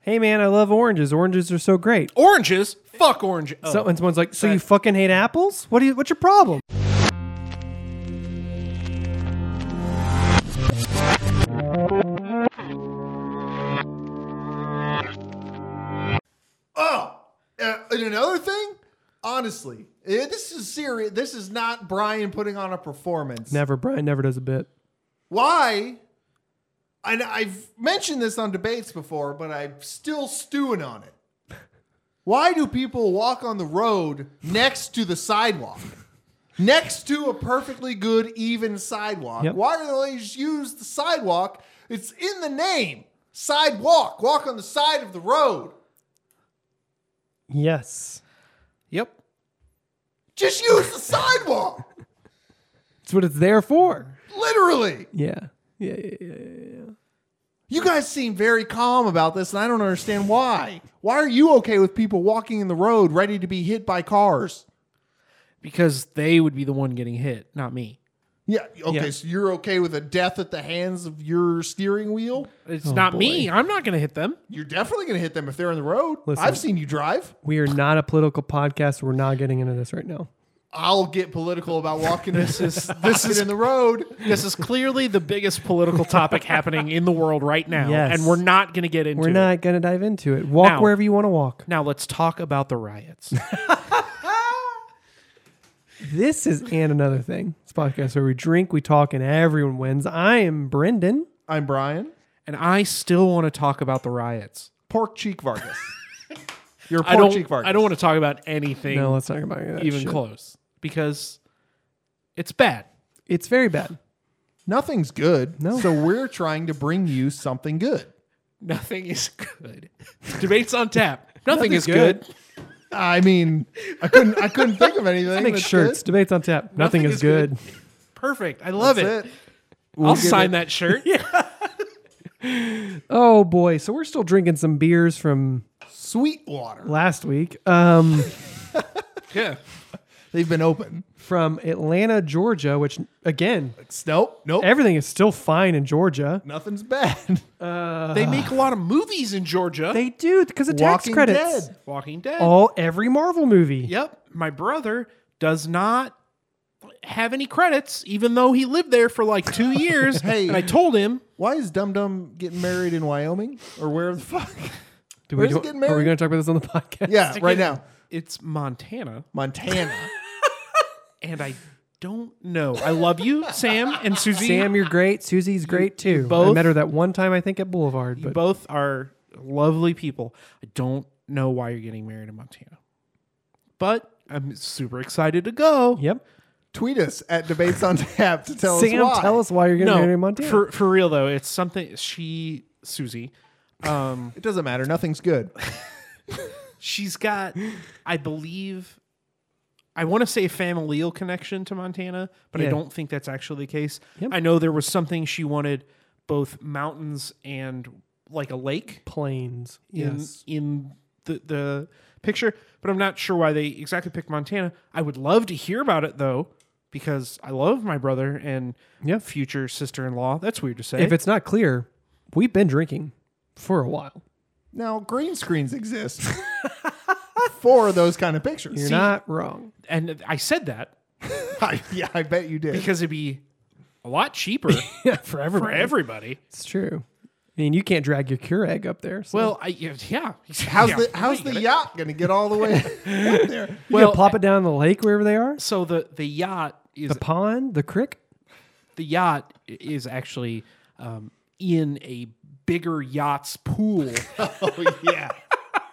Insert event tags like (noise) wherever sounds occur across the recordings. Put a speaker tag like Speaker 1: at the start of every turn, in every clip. Speaker 1: hey man, I love oranges. Oranges are so great.
Speaker 2: Oranges? Fuck oranges. Oh.
Speaker 1: So, and someone's like, so you fucking hate apples? What do you? What's your problem?
Speaker 3: Oh, uh, and another thing. Honestly, eh, this is serious. This is not Brian putting on a performance.
Speaker 1: Never, Brian never does a bit.
Speaker 3: Why? And I've mentioned this on debates before, but I'm still stewing on it. Why do people walk on the road next to the sidewalk? next to a perfectly good, even sidewalk.
Speaker 1: Yep.
Speaker 3: Why do they just use the sidewalk? It's in the name sidewalk. Walk on the side of the road.
Speaker 1: Yes,
Speaker 2: Yep.
Speaker 3: Just use the (laughs) sidewalk.
Speaker 1: that's what it's there for.
Speaker 3: Literally.
Speaker 1: Yeah, yeah, yeah, yeah.
Speaker 3: You guys seem very calm about this, and I don't understand why. Why are you okay with people walking in the road ready to be hit by cars?
Speaker 2: Because they would be the one getting hit, not me.
Speaker 3: Yeah, okay,
Speaker 1: Yeah.
Speaker 3: so you're okay with a death at the hands of your steering wheel?
Speaker 2: It's not me. I'm not going to hit them.
Speaker 3: You're definitely going to hit them if they're in the road.
Speaker 1: Listen.
Speaker 3: I've seen you drive.
Speaker 1: We are not a political podcast. We're not getting into this right now.
Speaker 3: I'll get political about (laughs) walking this is this
Speaker 2: is-
Speaker 3: in the road.
Speaker 2: This is clearly the biggest political topic happening in the world right now,
Speaker 1: Yes.
Speaker 2: and we're not going to get into
Speaker 1: We're
Speaker 2: it.
Speaker 1: not gonna dive into it. Walk
Speaker 2: Now-
Speaker 1: wherever you want to walk.
Speaker 2: Now let's talk about the riots.
Speaker 1: This is and another thing. It's a podcast where we drink, we talk, and everyone wins. I am Brendan.
Speaker 3: I'm Brian.
Speaker 2: and I still want to talk about the riots.
Speaker 3: Pork cheek (laughs) Vargas. You're a
Speaker 2: I
Speaker 3: pork
Speaker 2: don't.
Speaker 3: cheek Vargas.
Speaker 2: I don't want to talk about anything
Speaker 1: No, let's talk about that
Speaker 2: even
Speaker 1: shit.
Speaker 2: close because it's bad.
Speaker 1: It's very bad.
Speaker 3: Nothing's good.
Speaker 1: No.
Speaker 3: So we're trying to bring you something good.
Speaker 2: Nothing is good. Debates on tap. Nothing
Speaker 1: Nothing's
Speaker 2: is good.
Speaker 3: I mean, I couldn't I couldn't think of anything.
Speaker 1: Make
Speaker 3: that's
Speaker 1: shirts.
Speaker 3: good.
Speaker 1: Debates on tap. Nothing, is, good.
Speaker 2: Perfect. I love
Speaker 3: That's
Speaker 2: it.
Speaker 3: it.
Speaker 2: I'll
Speaker 3: get
Speaker 2: sign
Speaker 3: it.
Speaker 2: that shirt.
Speaker 1: Oh boy. So we're still drinking some beers from
Speaker 3: Sweetwater.
Speaker 1: last week. Um,
Speaker 2: yeah.
Speaker 3: (laughs) They've been open.
Speaker 1: from Atlanta, Georgia, which again,
Speaker 3: Nope. Nope.
Speaker 1: everything is still fine in Georgia.
Speaker 3: Nothing's bad.
Speaker 2: They make a lot of movies in Georgia.
Speaker 1: They Oh, do because of tax
Speaker 3: (laughs) Walking
Speaker 1: credits.
Speaker 3: Dead.
Speaker 2: Walking Dead.
Speaker 1: All every Marvel movie.
Speaker 2: Yep. My brother does not have any credits, even though he lived there for like
Speaker 3: (laughs)
Speaker 2: two years.
Speaker 3: Hey.
Speaker 2: And I told him
Speaker 3: Why is Dum Dum getting married in Wyoming or where the fuck?
Speaker 1: Do
Speaker 3: Where's
Speaker 1: we
Speaker 3: it getting
Speaker 1: Are we
Speaker 3: married?
Speaker 1: going to talk about this on the (laughs) podcast?
Speaker 3: Yeah, right now,
Speaker 2: it's Montana.
Speaker 3: Montana. (laughs)
Speaker 2: And I don't know. I love you, Sam and Susie.
Speaker 1: Sam, you're great. Susie's great too. I
Speaker 2: both-
Speaker 1: met her that one time I think at Boulevard, but
Speaker 2: both are lovely people. I don't know why you're getting married in Montana, but I'm super excited to go.
Speaker 1: yep.
Speaker 3: Tweet us at debates on tap to tell
Speaker 1: Sam,
Speaker 3: us why.
Speaker 1: tell us why you're getting
Speaker 2: No,
Speaker 1: married in Montana.
Speaker 2: for for real though, it's something. She Susie, um,
Speaker 3: It doesn't matter. Nothing's good.
Speaker 2: she's got, I believe. I want to say a familial connection to Montana, but
Speaker 1: Yeah.
Speaker 2: I don't think that's actually the case.
Speaker 1: Yep.
Speaker 2: I know there was something she wanted both mountains and like a lake.
Speaker 1: planes.
Speaker 2: in
Speaker 1: Yes.
Speaker 2: in the the picture, but I'm not sure why they exactly picked Montana. I would love to hear about it though, because I love my brother and
Speaker 1: Yeah.
Speaker 2: future sister-in-law. That's weird to say.
Speaker 1: If it's not clear, we've been drinking for a while.
Speaker 3: Now green
Speaker 1: (laughs)
Speaker 3: screens exist for those kind of pictures.
Speaker 1: You're not wrong.
Speaker 2: and I said that
Speaker 3: (laughs) I- yeah, I bet you did.
Speaker 2: because it'd be a
Speaker 1: (laughs)
Speaker 2: lot cheaper
Speaker 1: (laughs) Yeah, for everybody.
Speaker 2: for everybody.
Speaker 1: It's true. I mean, you can't drag your Keurig up there. So
Speaker 2: Well, I yeah.
Speaker 3: how's
Speaker 2: Yeah,
Speaker 3: the how's
Speaker 2: I
Speaker 3: the
Speaker 2: get it.
Speaker 3: yacht going to get all the way
Speaker 2: (laughs)
Speaker 3: up there?
Speaker 1: you
Speaker 2: well,
Speaker 1: can plop it down in the lake wherever they are.
Speaker 2: so the the yacht is
Speaker 1: The pond, the creek.
Speaker 2: the yacht is actually um, in a bigger yacht's pool.
Speaker 3: Oh yeah,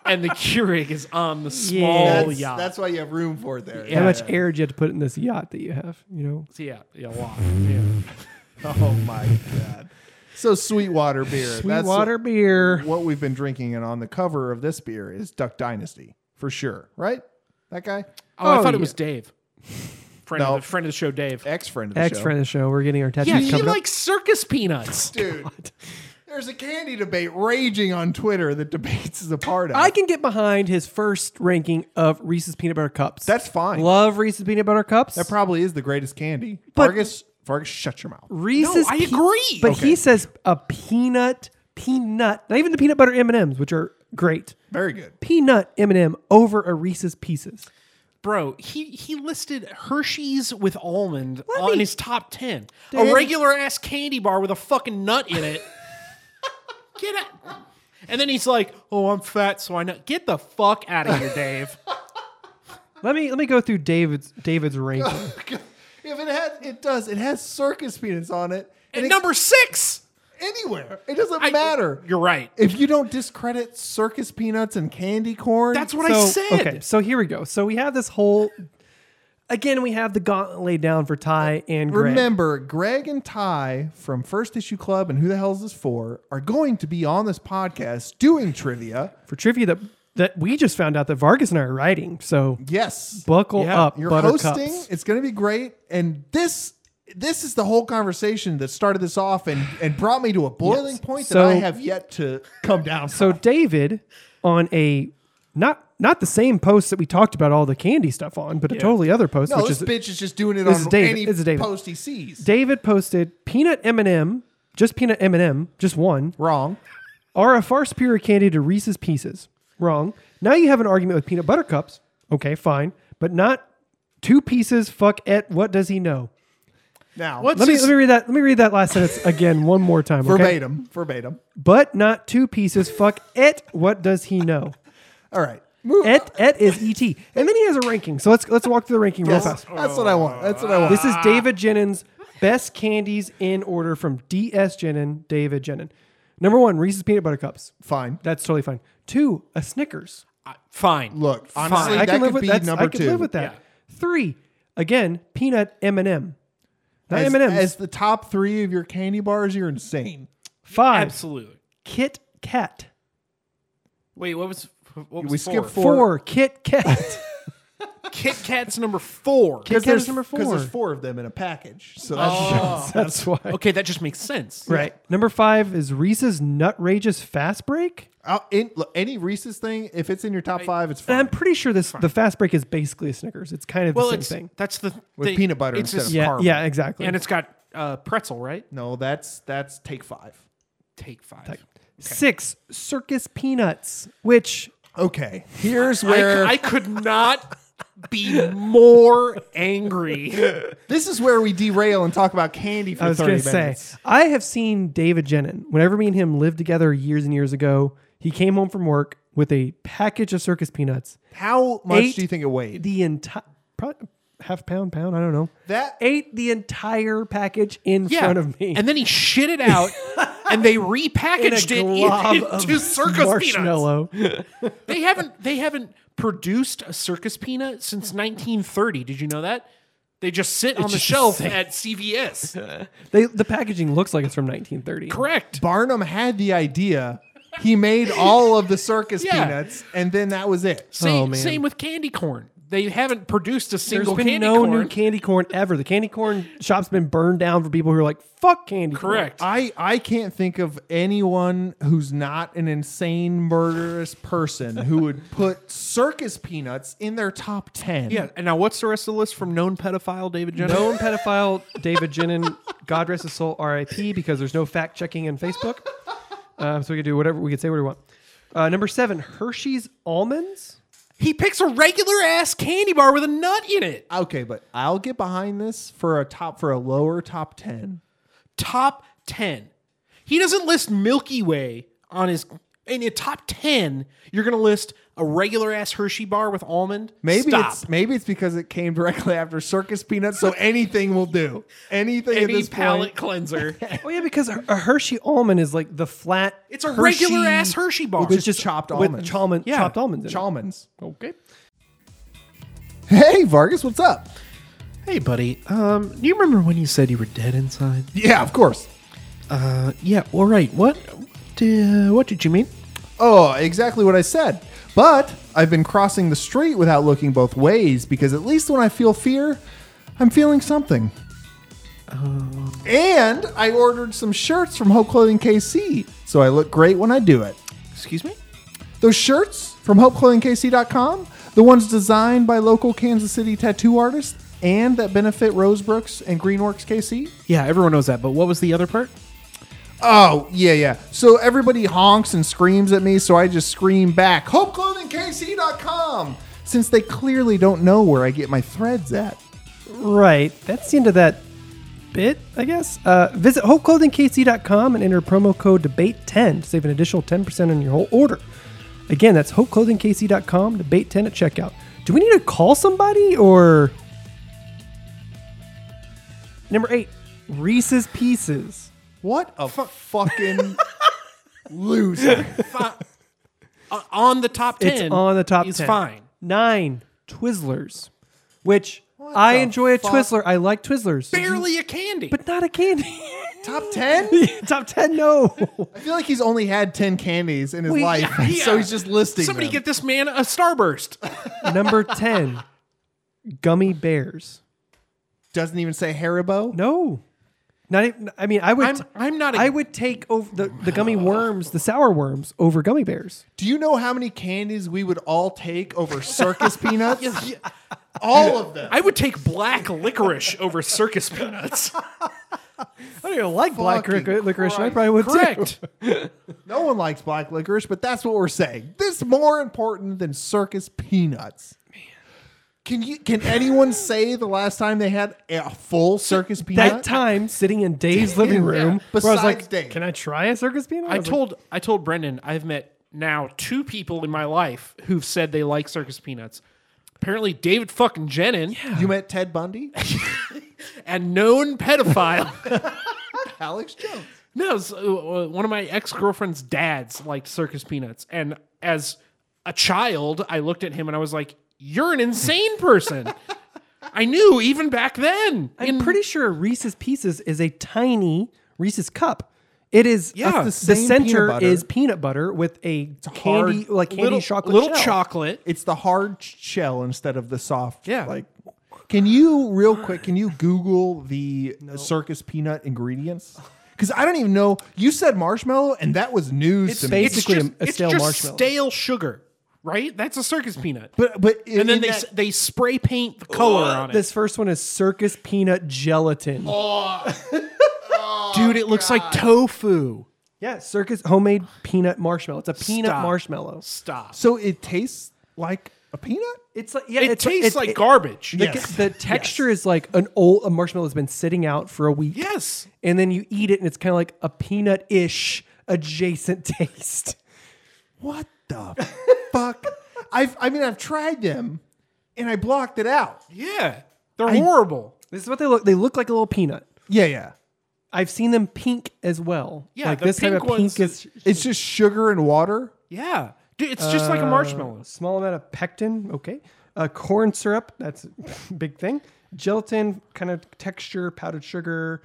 Speaker 2: and the Keurig is on the small
Speaker 1: Yes.
Speaker 3: (laughs) that's,
Speaker 2: yacht.
Speaker 3: that's why you have room for it there.
Speaker 1: How much air do you have to put in this yacht that you have? You know,
Speaker 2: yeah, yeah, a lot. Yeah.
Speaker 3: (laughs) Oh my god. So Sweetwater beer. That's
Speaker 1: Sweetwater beer.
Speaker 3: what we've been drinking, and on the cover of this beer is Duck Dynasty for sure, right? That guy,
Speaker 2: Oh, I
Speaker 1: Oh,
Speaker 2: thought
Speaker 1: yeah.
Speaker 2: it was Dave, friend
Speaker 3: No.
Speaker 2: of the friend of the show, Dave.
Speaker 3: ex friend of the
Speaker 1: Ex
Speaker 3: show.
Speaker 1: friend of the show. We're getting our tattoos
Speaker 2: Yeah, he
Speaker 1: coming up.
Speaker 2: likes circus peanuts.
Speaker 3: dude. There's a candy debate raging on Twitter that debates is a part of.
Speaker 1: I can get behind his first ranking of Reese's peanut butter cups.
Speaker 3: That's fine.
Speaker 1: Love Reese's peanut butter cups.
Speaker 3: that probably is the greatest candy.
Speaker 1: But-
Speaker 3: Vargas, Vargas, shut your mouth.
Speaker 1: Reese's.
Speaker 2: No, I agree.
Speaker 1: But
Speaker 3: Okay.
Speaker 1: he says a peanut, peanut, not even the peanut butter M and M's, which are Great.
Speaker 3: Very good. (laughs)
Speaker 1: Peanut M&M over a Reese's Pieces.
Speaker 2: Bro, he, he listed Hershey's with almond
Speaker 1: Let
Speaker 2: on
Speaker 1: me-
Speaker 2: his top 10.
Speaker 1: Dude.
Speaker 2: A regular ass candy bar with a fucking nut
Speaker 1: (laughs)
Speaker 2: in it. Get out. And then he's like, oh, I'm fat, so I know. Get the fuck
Speaker 1: (laughs)
Speaker 2: out of here, Dave.
Speaker 1: Let me let me go through David's David's ranking.
Speaker 3: if it had, it does. It has circus peanuts on it.
Speaker 2: and
Speaker 3: And it,
Speaker 2: number six.
Speaker 3: anywhere, it doesn't
Speaker 2: I-
Speaker 3: matter.
Speaker 2: You're right.
Speaker 3: If you don't discredit circus peanuts and candy corn,
Speaker 2: That's what I
Speaker 1: So,
Speaker 2: said.
Speaker 1: Okay, so here we go. So we have this whole again we have the gauntlet laid down for Ty and Greg.
Speaker 3: Remember, Greg and Ty from First Issue Club and Who the Hell Is This For are going to be on this podcast doing trivia.
Speaker 1: for trivia that that we just found out that Vargas and I are writing. So
Speaker 3: Yes.
Speaker 1: buckle
Speaker 2: Yeah,
Speaker 1: up,
Speaker 3: You're
Speaker 1: buttercups.
Speaker 3: hosting. It's going to be great. And this this is the whole conversation that started this off and, and brought me to a boiling
Speaker 1: Yes.
Speaker 3: point
Speaker 1: So-
Speaker 3: that I have yet to come down.
Speaker 1: So David on a not not the same post that we talked about all the candy stuff on, but a totally other post,
Speaker 3: no,
Speaker 1: which
Speaker 3: this
Speaker 1: is
Speaker 3: bitch is just doing it
Speaker 1: this is
Speaker 3: on
Speaker 1: David.
Speaker 3: any
Speaker 1: This is David.
Speaker 3: post he sees.
Speaker 1: David posted peanut M&M, just peanut M&M, just one.
Speaker 3: Wrong.
Speaker 1: Are a far superior candy to Reese's Pieces? Wrong. Now you have an argument with peanut butter cups. Okay, fine, but not two pieces. Fuck et. What does he know?
Speaker 3: Now,
Speaker 2: What's
Speaker 1: Let me
Speaker 2: his-
Speaker 1: let me read that. Let me read that last sentence again one more time. okay?
Speaker 3: verbatim, verbatim.
Speaker 1: But not two pieces. Fuck et. What does he know?
Speaker 3: All right. Move.
Speaker 1: Et et is et. And then he has a ranking. So let's let's walk through the ranking real
Speaker 3: Yes,
Speaker 1: fast.
Speaker 3: that's what I want. That's what I want.
Speaker 1: This is David Jennings' best candies in order from DS Jenin, David Jenin. Number one, Reese's peanut butter cups.
Speaker 3: fine.
Speaker 1: That's totally fine. Two, a Snickers.
Speaker 2: I- Fine.
Speaker 3: Look, honestly,
Speaker 1: I
Speaker 3: that
Speaker 1: can
Speaker 3: could
Speaker 1: live with
Speaker 3: be
Speaker 1: that.
Speaker 3: number
Speaker 1: I can
Speaker 3: two.
Speaker 1: live with that. Three, again, peanut M and M. Not
Speaker 3: As,
Speaker 1: M and
Speaker 3: as
Speaker 1: M's.
Speaker 3: the top three of your candy bars, you're insane.
Speaker 1: Five,
Speaker 2: Absolutely.
Speaker 1: Kit Kat.
Speaker 2: Wait, what was what was
Speaker 3: We
Speaker 2: four?
Speaker 3: skipped four.
Speaker 1: Four, Kit
Speaker 3: (laughs)
Speaker 1: Kat.
Speaker 2: Kit Kat's number four.
Speaker 1: Kit Kat is
Speaker 3: there's
Speaker 1: number four.
Speaker 3: Because there's four Oh. of them in a package. So that's
Speaker 1: (laughs) That's why.
Speaker 2: Okay, that just makes sense.
Speaker 1: Right. Number five is Reese's Nutrageous Fast Break.
Speaker 3: I'll- in- look, any Reese's thing, if it's in your top five, it's
Speaker 1: And
Speaker 3: fine.
Speaker 1: I'm pretty sure this the Fast Break is basically a Snickers. It's kind of
Speaker 2: Well,
Speaker 1: the same
Speaker 2: it's
Speaker 1: thing.
Speaker 2: that's the
Speaker 3: With
Speaker 2: thing.
Speaker 3: peanut butter
Speaker 2: It's
Speaker 3: instead
Speaker 2: a-
Speaker 3: of
Speaker 1: Yeah,
Speaker 3: caramel.
Speaker 1: yeah, exactly.
Speaker 2: and it's got uh, pretzel, right?
Speaker 3: no, that's that's take five.
Speaker 2: Take five.
Speaker 1: Six circus peanuts, which
Speaker 3: Okay, here's
Speaker 2: I,
Speaker 3: where
Speaker 2: I could not be more (laughs) angry.
Speaker 3: this is where we derail and talk about candy for
Speaker 1: I was
Speaker 3: thirty
Speaker 1: going
Speaker 3: minutes.
Speaker 1: to say, I have seen David Jenin. Whenever me and him lived together years and years ago, he came home from work with a package of circus peanuts.
Speaker 3: How much
Speaker 1: Eight-
Speaker 3: do you think it weighed?
Speaker 1: The entire half pound, pound, I don't know.
Speaker 3: That-
Speaker 1: ate the entire package in
Speaker 2: Yeah.
Speaker 1: front of me.
Speaker 2: And then he shit it out, and they (laughs) repackaged it
Speaker 1: glob
Speaker 2: in- into
Speaker 1: of
Speaker 2: circus peanuts.
Speaker 1: marshmallow.
Speaker 2: They haven't they haven't produced a circus peanut since 1930. Did you know that? They just sit on the
Speaker 1: just
Speaker 2: shelf
Speaker 1: sit.
Speaker 2: at (laughs) CVS.
Speaker 1: They, the packaging looks like it's from 1930.
Speaker 2: Correct.
Speaker 3: Barnum had the idea. He made all of the circus
Speaker 2: Yeah.
Speaker 3: peanuts, and then that was it.
Speaker 2: Same,
Speaker 1: man.
Speaker 2: same with candy corn. They haven't produced a
Speaker 1: There's
Speaker 2: single
Speaker 1: been
Speaker 2: candy
Speaker 1: no
Speaker 2: corn.
Speaker 1: new candy corn ever. The candy corn shop's been burned down for people who are like, fuck candy corn.
Speaker 2: Correct.
Speaker 3: I, I can't think of anyone who's not an insane murderous person who would (laughs) put circus peanuts in their top ten.
Speaker 2: yeah. And now, what's the rest of the list from known pedophile David Jenner?
Speaker 1: Known pedophile David Jenin, God rest his soul, R.I.P. Because there's no fact checking in Facebook, uh, so we could do whatever we could say what we want. Uh, number seven, Hershey's almonds.
Speaker 2: He picks a regular ass candy bar with a nut in it.
Speaker 3: Okay, but I'll get behind this for a top for a lower top ten.
Speaker 2: Top ten. He doesn't list Milky Way on his. In your top ten, you're gonna list a regular ass Hershey bar with almond.
Speaker 3: Maybe
Speaker 2: Stop.
Speaker 3: it's maybe it's because it came directly (laughs) after circus peanuts, so anything will do. Anything at
Speaker 2: any
Speaker 3: this
Speaker 2: palate (laughs)
Speaker 3: point.
Speaker 2: cleanser.
Speaker 1: Oh yeah, because a a Hershey almond is like the flat.
Speaker 2: It's a
Speaker 1: Hershey-
Speaker 2: regular ass Hershey bar.
Speaker 1: with
Speaker 3: just chopped
Speaker 1: with
Speaker 3: almonds.
Speaker 1: chalmon-
Speaker 2: Yeah,
Speaker 1: chopped almonds. In it.
Speaker 3: Chalmers.
Speaker 1: Okay.
Speaker 3: Hey Vargas, what's up?
Speaker 2: hey, buddy. Um, do you remember when you said you were dead inside?
Speaker 3: Yeah, of course.
Speaker 2: Uh, yeah. All right. What? Uh, what did you mean?
Speaker 3: Oh, exactly what I said. But I've been crossing the street without looking both ways because at least when I feel fear, I'm feeling something. And I ordered some shirts from Hope Clothing KC, so I look great when I do it.
Speaker 2: Excuse me?
Speaker 3: Those shirts from HopeClothingKC.com, the ones designed by local Kansas City tattoo artists and that benefit Rosebrooks and Greenworks KC.
Speaker 2: Yeah, everyone knows that. But what was the other part?
Speaker 3: Oh, yeah, yeah. So everybody honks and screams at me, so I just scream back, HopeClothingKC.com, since they clearly don't know where I get my threads at.
Speaker 1: Right. That's the end of that bit, I guess. Uh, visit hopeclothingkc.com and enter promo code debate10 to save an additional 10% on your whole order. Again, that's hopeclothingkc.com, debate10 at checkout. Do we need to call somebody or. Number eight, Reese's Pieces.
Speaker 3: What a
Speaker 2: (laughs)
Speaker 3: fucking loser.
Speaker 2: Uh, on the top ten.
Speaker 1: It's on the top
Speaker 2: It's
Speaker 1: 10.
Speaker 2: fine.
Speaker 1: Nine, Twizzlers, which I
Speaker 3: the
Speaker 1: enjoy
Speaker 3: fuck?
Speaker 1: a Twizzler. I like Twizzlers.
Speaker 2: Barely a candy. (laughs)
Speaker 1: But not a candy. (laughs)
Speaker 3: Top 10?
Speaker 1: top 10, no.
Speaker 3: I feel like he's only had 10 candies in his
Speaker 1: Well,
Speaker 2: (laughs)
Speaker 3: life,
Speaker 2: yeah.
Speaker 3: so he's just listing
Speaker 2: Somebody
Speaker 3: them.
Speaker 2: get this man a starburst.
Speaker 1: Number 10, gummy bears.
Speaker 3: Doesn't even say Haribo?
Speaker 1: No. Not even, I mean, I would
Speaker 2: I'm I'm not a
Speaker 1: I would take over the, the gummy worms, the sour worms over gummy bears.
Speaker 3: Do you know how many candies we would all take
Speaker 2: (laughs)
Speaker 3: over circus peanuts? All of them.
Speaker 2: I would take black licorice over circus peanuts.
Speaker 1: I don't even like black
Speaker 3: Fucking
Speaker 1: licorice. licorice. I
Speaker 3: Christ.
Speaker 1: probably would
Speaker 2: Correct.
Speaker 3: No one likes black licorice, but that's what we're saying. This more important than circus peanuts. Can you can anyone say the last time they had a full circus peanut?
Speaker 1: That time sitting in Dave's living room,
Speaker 3: Yeah.
Speaker 1: where I was
Speaker 3: Besides
Speaker 1: like,
Speaker 3: Dave.
Speaker 1: "Can I try a circus peanut?"
Speaker 2: (laughs) I
Speaker 1: was like,
Speaker 2: told I told Brendan I've met now two people in my life who've said they like circus peanuts. Apparently, David fucking Jenin,
Speaker 3: You met Ted
Speaker 2: (laughs)
Speaker 3: Bundy?
Speaker 2: a known pedophile. (laughs)
Speaker 3: Alex Jones.
Speaker 2: no, so, uh, one of my ex girlfriend's dads liked circus peanuts, and as a child, I looked at him and I was like, "You're an insane (laughs) person." I knew even back then.
Speaker 1: "I'm pretty sure Reese's Pieces is a tiny Reese's cup. It is.
Speaker 2: Yeah.
Speaker 1: the,
Speaker 2: That's
Speaker 3: the same peanut
Speaker 1: center
Speaker 3: butter.
Speaker 1: is peanut butter with a
Speaker 3: hard
Speaker 1: candy, like candy
Speaker 2: little
Speaker 1: chocolate,
Speaker 2: little
Speaker 1: shell.
Speaker 2: chocolate.
Speaker 3: It's the hard shell instead of the soft.
Speaker 2: Yeah.
Speaker 3: Like can you real quick, can you Google the circus peanut ingredients? Because I don't even know. You said marshmallow, and that was news to me.
Speaker 1: basi- basically a- a
Speaker 2: it's
Speaker 1: stale
Speaker 2: just
Speaker 1: marshmallow.
Speaker 2: stale sugar, right? That's a circus peanut.
Speaker 3: But but
Speaker 2: and then they
Speaker 3: that,
Speaker 2: s they spray paint the color on it. Oh.
Speaker 1: This first one is circus peanut gelatin.
Speaker 2: Dude, it looks like tofu.
Speaker 1: Yeah, circus homemade peanut marshmallow. It's a peanut
Speaker 2: Stop.
Speaker 1: marshmallow.
Speaker 2: Stop.
Speaker 3: so it tastes like a peanut.
Speaker 1: It's like yeah,
Speaker 2: It
Speaker 1: it's
Speaker 2: tastes
Speaker 1: it's-
Speaker 2: like
Speaker 1: it-
Speaker 2: garbage.
Speaker 1: The, the texture is like an old a marshmallow that's been sitting out for a week.
Speaker 2: yes.
Speaker 1: And then you eat it and it's kind of like a peanut ish adjacent (laughs) taste.
Speaker 3: What the fuck? I've I mean I've tried them and I blocked it out.
Speaker 2: Yeah. They're horrible.
Speaker 1: This is what they look they look like a little peanut.
Speaker 3: Yeah, yeah.
Speaker 1: I've seen them pink as well.
Speaker 2: Yeah,
Speaker 1: like
Speaker 2: the
Speaker 1: this type
Speaker 2: pink
Speaker 1: of
Speaker 2: ones-
Speaker 1: pink is
Speaker 3: It's just sugar and water.
Speaker 2: Yeah. Dude, it's just
Speaker 1: Uh,
Speaker 2: like a marshmallow.
Speaker 1: small amount of pectin, okay. Uh, corn syrup, that's a big thing. Gelatin, kind of texture, powdered sugar,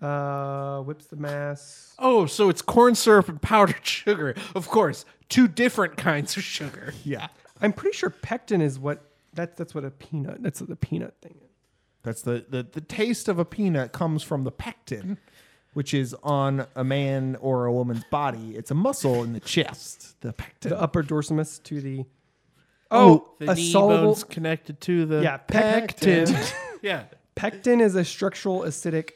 Speaker 1: uh, whips the mass.
Speaker 2: Oh, so it's corn syrup and powdered (laughs) sugar. Of course, two different kinds of sugar.
Speaker 3: Yeah.
Speaker 1: I'm pretty sure pectin is what that's that's what a peanut. That's what the peanut thing is.
Speaker 3: That's the, the the taste of a peanut comes from the pectin, which is on a man or a woman's body. It's a muscle in the chest. The pectin.
Speaker 1: the upper dorsimus to the oh a soluble
Speaker 2: connected to the
Speaker 1: yeah pectin.
Speaker 2: (laughs) yeah.
Speaker 1: pectin is a structural acidic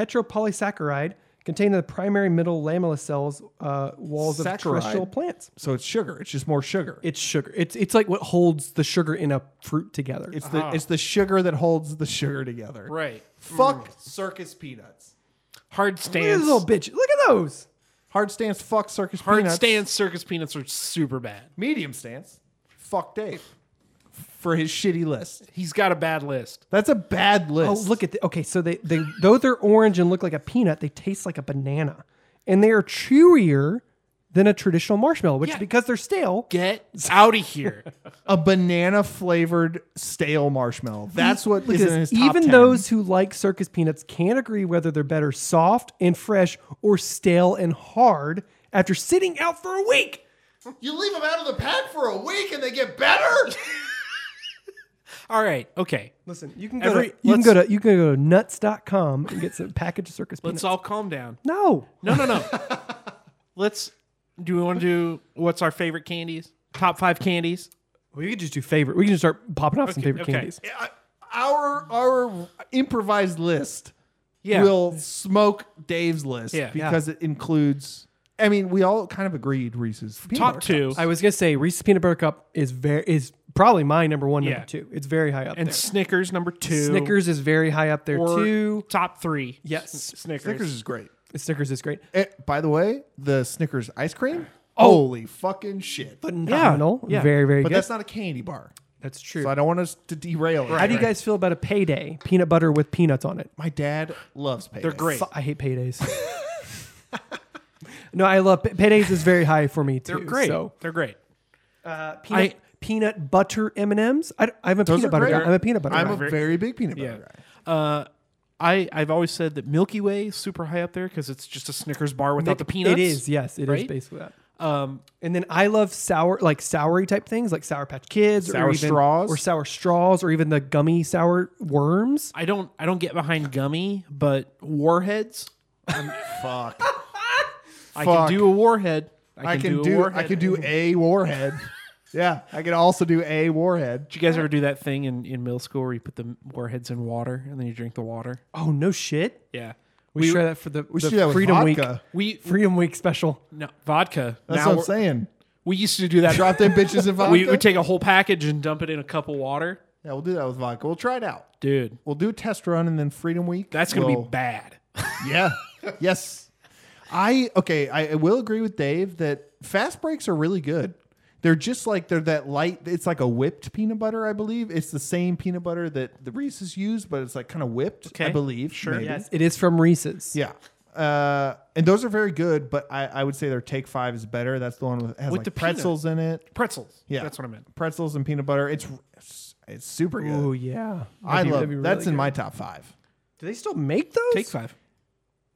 Speaker 1: heteropolysaccharide contained in the primary middle lamella cells uh, walls of
Speaker 3: Saccharide.
Speaker 1: terrestrial plants.
Speaker 3: So it's sugar. It's just more sugar.
Speaker 1: It's sugar. It's it's like what holds the sugar in a fruit together.
Speaker 3: It's the it's the sugar that holds the sugar together.
Speaker 2: Right.
Speaker 3: Fuck Mm. circus peanuts.
Speaker 2: Hard
Speaker 1: Look at
Speaker 2: stance.
Speaker 1: these little bitch. Look at those.
Speaker 3: Hard stance. Fuck circus
Speaker 2: Hard
Speaker 3: peanuts.
Speaker 2: stance circus peanuts are super bad.
Speaker 3: Medium stance. Fuck Dave for his shitty list.
Speaker 2: He's got a bad list.
Speaker 3: That's a bad list.
Speaker 1: Oh, look at the, okay. So they they though they're orange and look like a peanut, they taste like a banana, and they are chewier than a traditional marshmallow. Which
Speaker 2: Yeah.
Speaker 1: because they're stale,
Speaker 2: Get out of here.
Speaker 3: a banana flavored stale marshmallow. That's what
Speaker 1: Look
Speaker 3: is
Speaker 1: at
Speaker 3: in
Speaker 1: this.
Speaker 3: his top
Speaker 1: even
Speaker 3: 10.
Speaker 1: those who like circus peanuts can't agree whether they're better soft and fresh or stale and hard after sitting out for a week.
Speaker 3: You leave them out of the pack for a week and they get (laughs) better.
Speaker 2: (laughs) All right. Okay.
Speaker 1: Listen, you can go
Speaker 2: Every-
Speaker 1: to, you can
Speaker 2: let's-
Speaker 1: go to you can go to nuts.com and get some package of circus peanuts.
Speaker 2: Let's all calm down.
Speaker 1: no.
Speaker 2: No, no, (laughs) no. Let's. Do we want to do what's our favorite candies? Top five candies.
Speaker 1: We could just do favorite. We can just start popping off some favorite
Speaker 2: okay.
Speaker 1: candies.
Speaker 3: our our improvised list
Speaker 2: Yeah.
Speaker 3: will smoke Dave's list
Speaker 2: Yeah.
Speaker 3: because it includes. I mean, we all kind of agreed Reese's peanut
Speaker 2: Top
Speaker 3: butter
Speaker 2: two.
Speaker 3: cups.
Speaker 1: I was gonna say Reese's peanut butter cup is very is probably my number one, number
Speaker 2: Yeah.
Speaker 1: two. It's very high up
Speaker 2: and
Speaker 1: there.
Speaker 2: Snickers number two.
Speaker 1: Snickers is very high up there
Speaker 2: or
Speaker 1: too.
Speaker 2: Top three.
Speaker 1: Yes.
Speaker 2: S- Snickers.
Speaker 3: Snickers is great.
Speaker 1: Snickers is great.
Speaker 3: Eh, by the way, the Snickers ice cream. Holy fucking shit! Oh. But,
Speaker 1: Phenomenal.
Speaker 2: yeah.
Speaker 1: Very, very good.
Speaker 3: that's not a candy bar,
Speaker 1: That's true.
Speaker 3: so I don't want us to derail. it.
Speaker 1: How do you guys feel about a payday? Peanut butter with peanuts on it.
Speaker 3: My dad loves paydays.
Speaker 2: They're great.
Speaker 1: Fu- I hate paydays. (laughs) no, I love paydays is very high for me too.
Speaker 2: They're great.
Speaker 1: So
Speaker 2: They're great.
Speaker 1: uh, peanut,
Speaker 2: I-
Speaker 1: peanut butter M and M's. I, am a
Speaker 3: are
Speaker 1: peanut butter
Speaker 3: great.
Speaker 1: guy. I'm a peanut butter.
Speaker 3: I'm
Speaker 1: guy.
Speaker 3: a very big peanut butter guy.
Speaker 2: Uh, I I've always said that Milky Way is super high up there because it's just a Snickers bar without the peanuts.
Speaker 1: It is. Yes, it is
Speaker 2: right?
Speaker 1: basically that.
Speaker 2: Um,
Speaker 1: And then I love sour, like soury type things, like sour patch kids,
Speaker 3: Sour
Speaker 1: or even,
Speaker 3: straws?
Speaker 1: or sour straws, or even the gummy sour worms.
Speaker 2: I don't I don't get behind gummy, but warheads.
Speaker 3: Fuck.
Speaker 2: I
Speaker 3: Fuck.
Speaker 2: can do a warhead.
Speaker 3: I can
Speaker 2: a
Speaker 3: do. I
Speaker 2: warhead.
Speaker 3: can do a warhead. (laughs) yeah, I can also do a warhead.
Speaker 2: Did you guys ever do that thing in, in middle school where you put the warheads in water and then you drink the water?
Speaker 1: Oh no shit!
Speaker 2: Yeah.
Speaker 1: We, should try that for the,
Speaker 3: We
Speaker 1: the
Speaker 3: should do that with
Speaker 1: Freedom Week.
Speaker 3: vodka.
Speaker 2: We
Speaker 1: Freedom Week special.
Speaker 2: no vodka.
Speaker 3: That's
Speaker 2: now
Speaker 3: what I'm
Speaker 2: we're-
Speaker 3: saying.
Speaker 2: we used to do that.
Speaker 3: Drop them bitches in vodka.
Speaker 2: (laughs) we would take a whole package and dump it in a cup of water.
Speaker 3: yeah, we'll do that with vodka. We'll try it out.
Speaker 2: Dude,
Speaker 3: We'll do a test run and then Freedom Week.
Speaker 2: that's gonna
Speaker 3: we'll-
Speaker 2: be bad. (laughs)
Speaker 3: Yeah. yes. I okay. I I will agree with Dave that fast breaks are really good. They're just like they're that light. It's like a whipped peanut butter, I believe. It's the same peanut butter that the Reese's use, but it's like kind of whipped. I
Speaker 2: Okay.
Speaker 3: believe.
Speaker 2: Sure.
Speaker 3: maybe.
Speaker 2: Yes.
Speaker 1: It is from Reese's.
Speaker 3: Yeah. Uh, and those are very good, but I, I would say their take five is better. That's the one with has
Speaker 2: With
Speaker 3: like
Speaker 2: the peanut.
Speaker 3: pretzels in it.
Speaker 2: Pretzels.
Speaker 3: Yeah,
Speaker 2: That's what I meant.
Speaker 3: Pretzels and peanut butter. It's it's, it's super good.
Speaker 1: Oh yeah. That'd
Speaker 3: I
Speaker 1: be-
Speaker 3: love.
Speaker 1: that'd be
Speaker 3: that's
Speaker 1: really
Speaker 3: in
Speaker 1: good.
Speaker 3: my top five. (laughs)
Speaker 1: Do they still make those?
Speaker 2: Take five.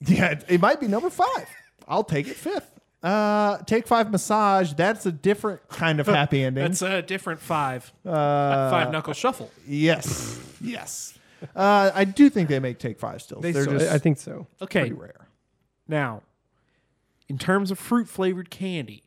Speaker 3: Yeah, it, it might be number five. I'll take it fifth. Uh, take five massage. That's a different kind of happy ending.
Speaker 2: (laughs) That's a different five.
Speaker 3: uh,
Speaker 2: five knuckle shuffle. (laughs)
Speaker 3: yes, yes. Uh, I do think they make take five still.
Speaker 1: They
Speaker 3: They're
Speaker 1: still-
Speaker 3: just
Speaker 1: I think so.
Speaker 2: Okay.
Speaker 3: pretty rare.
Speaker 2: Now, in terms of fruit flavored candy,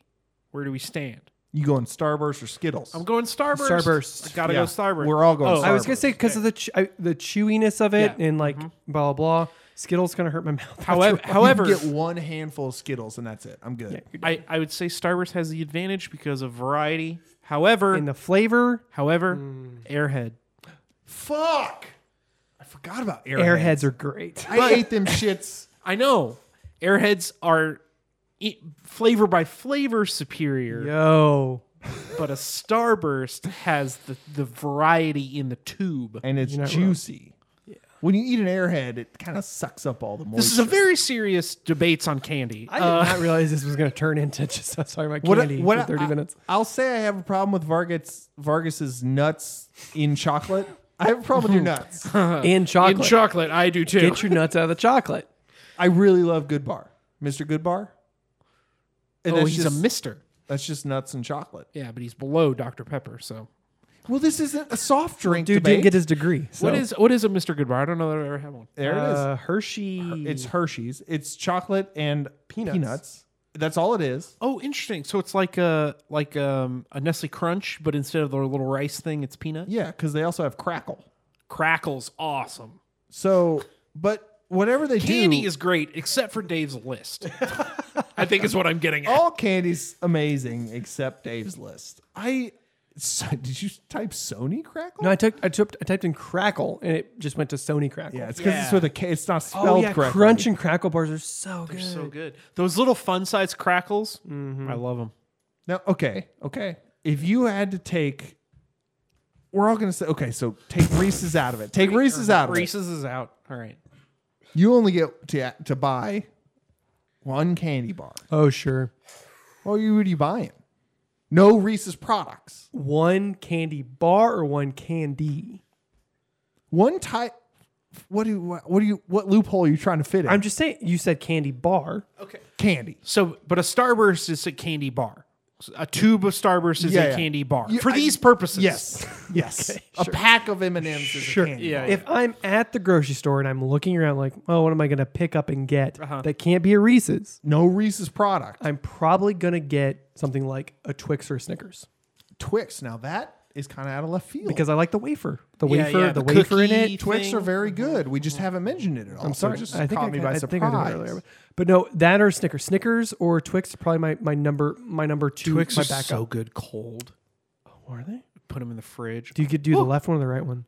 Speaker 2: where do we stand?
Speaker 3: You going Starburst or Skittles?
Speaker 2: I'm going Starburst.
Speaker 1: Starburst.
Speaker 2: I gotta
Speaker 3: Yeah,
Speaker 2: go Starburst.
Speaker 3: we're all going
Speaker 2: Oh,
Speaker 1: I was gonna
Speaker 3: Starburst.
Speaker 1: say because of the ch- I, the chewiness of it
Speaker 2: Yeah.
Speaker 1: and like blah blah blah. Skittles kind of hurt my (laughs) mouth. after
Speaker 2: However,
Speaker 1: a while.
Speaker 2: however,
Speaker 3: You get one handful of Skittles and that's it. I'm good.
Speaker 2: I, I would say Starburst has the advantage because of variety. However,
Speaker 1: and the flavor,
Speaker 2: however, Airhead.
Speaker 3: Fuck! I forgot about Airheads.
Speaker 1: airheads are great.
Speaker 3: I ate them shits.
Speaker 2: I know Airheads are e- flavor by flavor superior,
Speaker 1: Yo,
Speaker 2: but a Starburst has the, the variety in the tube.
Speaker 3: (laughs) and it's
Speaker 1: not wrong.
Speaker 3: juicy. When you eat an airhead, it kind of sucks up all the moisture.
Speaker 2: this is a very serious debates on candy.
Speaker 1: I did not realize this was gonna turn into just I'm sorry my
Speaker 3: what,
Speaker 1: candy
Speaker 3: what
Speaker 1: for 30
Speaker 3: I,
Speaker 1: minutes.
Speaker 3: I'll say I have a problem with Vargas Vargas's nuts in chocolate. I have a problem (laughs) with your nuts.
Speaker 1: and chocolate.
Speaker 2: in chocolate, I do too.
Speaker 1: Get your nuts out of the chocolate.
Speaker 3: I really love Good Bar, Mister Good Bar. And
Speaker 2: oh,
Speaker 3: that's
Speaker 2: he's
Speaker 3: just,
Speaker 2: a mister.
Speaker 3: That's just nuts and chocolate.
Speaker 2: Yeah, but he's below Dr. Pepper. So,
Speaker 3: Well, this isn't a soft drink.
Speaker 1: Dude
Speaker 3: debate.
Speaker 1: didn't get his degree. So.
Speaker 2: what is what is a Mr. Goodbar? I don't know that I've ever had one.
Speaker 3: there? It is.
Speaker 1: Uh, Hershey.
Speaker 3: It's Hershey's. It's chocolate and peanuts.
Speaker 1: Peanuts.
Speaker 3: That's all it is.
Speaker 2: Oh, interesting. So it's like a like um, a Nestle Crunch, but instead of the little rice thing, it's peanut.
Speaker 3: Yeah, because they also have crackle.
Speaker 2: Crackle's awesome.
Speaker 3: So, but whatever they
Speaker 2: Candy
Speaker 3: do,
Speaker 2: is great, except for Dave's list. Oh, I think is what I'm getting at.
Speaker 3: all candy's amazing except Dave's list. I so, did you type Sony crackle?
Speaker 1: no, I took I took I typed in crackle and it just went to Sony crackle.
Speaker 3: yeah, it's because it's
Speaker 2: Yeah.
Speaker 3: with a K. It's not spelled
Speaker 1: oh yeah,
Speaker 3: correctly.
Speaker 1: crunch and crackle bars are so good.
Speaker 2: So good. Those little fun size crackles. I love them.
Speaker 3: Now, okay, okay. If you had to take, we're all gonna say okay. So take Reese's out of it. Take Reese's out of it.
Speaker 2: Reese's is out. All right.
Speaker 3: You only get to to buy one candy bar.
Speaker 1: Oh sure.
Speaker 3: What are you what are you buying? No Reese's products.
Speaker 1: One candy bar or one candy?
Speaker 3: One type. What do you, what, what do you what loophole are you trying to fit in?
Speaker 1: I'm just saying you said candy bar.
Speaker 2: Okay.
Speaker 3: candy.
Speaker 2: So, but a Starburst is a candy bar. A tube of Starburst is
Speaker 3: Yeah,
Speaker 2: a
Speaker 3: yeah.
Speaker 2: candy bar
Speaker 3: You-
Speaker 2: for
Speaker 3: I-
Speaker 2: these purposes.
Speaker 1: (laughs)
Speaker 3: Yes. Yes. a pack of M and M's is a candy.
Speaker 2: Yeah.
Speaker 1: If I'm at the grocery store and I'm looking around like, oh, what am I gonna pick up and get that can't be a Reese's?
Speaker 3: No Reese's product.
Speaker 1: I'm probably gonna get something like a Twix or a Snickers.
Speaker 3: Twix. Now that is kind of out of left field.
Speaker 1: because I like the wafer. The
Speaker 2: Yeah,
Speaker 1: wafer,
Speaker 2: yeah,
Speaker 1: the,
Speaker 2: the
Speaker 1: wafer in
Speaker 2: cookie
Speaker 1: it.
Speaker 3: Twix
Speaker 2: thing-
Speaker 3: are very good. We just haven't mentioned it at all.
Speaker 1: Mm-hmm. I'm sorry,
Speaker 3: So it just
Speaker 1: I think
Speaker 3: caught
Speaker 1: I,
Speaker 3: me
Speaker 1: ca-
Speaker 3: by
Speaker 1: I
Speaker 3: surprise.
Speaker 1: think I did it earlier. But no, that or Snickers. Snickers or Twix are probably my, my number my number two.
Speaker 2: Twix
Speaker 1: my
Speaker 2: are so good cold.
Speaker 1: are they?
Speaker 2: Put them in the fridge.
Speaker 1: Do you get do the left one or the right one?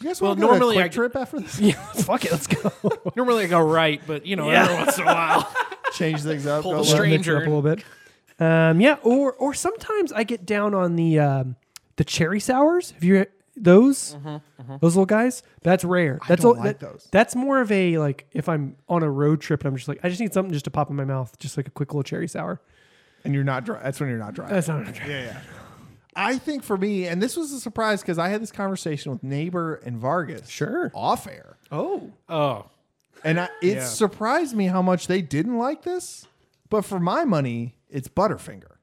Speaker 3: You guys
Speaker 2: Well,
Speaker 3: want to go on a
Speaker 2: normally
Speaker 3: quick
Speaker 2: I-
Speaker 3: trip after this?
Speaker 1: (laughs) Yeah, fuck it, let's go.
Speaker 2: Normally I go right, but you know, every once in a (laughs) while.
Speaker 3: Change things up.
Speaker 2: Pull
Speaker 3: go
Speaker 2: the
Speaker 1: Mix
Speaker 3: left.
Speaker 1: it
Speaker 2: string.
Speaker 1: up
Speaker 2: Stranger.
Speaker 1: a little bit. Um, yeah, or or sometimes I get down on the um, the cherry sours. Have you those those little guys? That's rare. That's
Speaker 3: don't
Speaker 1: all-
Speaker 3: like
Speaker 1: that-
Speaker 3: those.
Speaker 1: That's more of a like if I'm on a road trip and I'm just like I just need something just to pop in my mouth, just like a quick little cherry sour.
Speaker 3: And you're not dry. That's when you're not dry.
Speaker 1: That's not. Yeah.
Speaker 3: I think for me, and this was a surprise because I had this conversation with neighbor and Vargas.
Speaker 1: Sure.
Speaker 3: Off air.
Speaker 1: Oh,
Speaker 2: Oh.
Speaker 3: And I, it surprised me how much they didn't like this. But for my money, it's Butterfinger.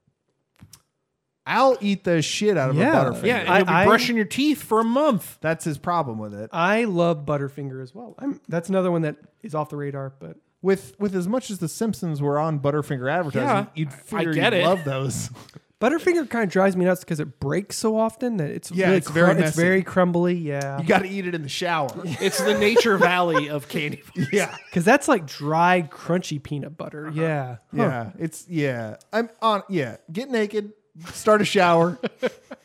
Speaker 3: I'll eat the shit out of
Speaker 1: Yeah.
Speaker 3: a Butterfinger.
Speaker 2: Yeah, and
Speaker 1: I-
Speaker 2: you'll be
Speaker 1: I-
Speaker 2: brushing your teeth for a month.
Speaker 3: That's his problem with it.
Speaker 1: I love Butterfinger as well. I'm, that's another one that is off the radar, but
Speaker 3: With with as much as the Simpsons were on Butterfinger advertising,
Speaker 2: Yeah,
Speaker 3: you'd
Speaker 2: I- I
Speaker 3: figure
Speaker 2: get
Speaker 3: you'd
Speaker 2: it.
Speaker 3: love
Speaker 2: (laughs)
Speaker 3: those.
Speaker 1: Butterfinger kind of drives me nuts because it breaks so often that it's
Speaker 3: Yeah,
Speaker 1: really
Speaker 3: it's very
Speaker 1: it's
Speaker 3: messy.
Speaker 1: very crumbly. Yeah,
Speaker 3: You got to eat it in the (laughs) shower.
Speaker 2: It's the nature valley of candy. bars.
Speaker 3: yeah.
Speaker 1: because that's like dry, crunchy peanut butter. Yeah, Uh-huh. Huh.
Speaker 3: Yeah, it's yeah. I'm on. Yeah, get naked, start a
Speaker 2: (laughs)
Speaker 3: shower,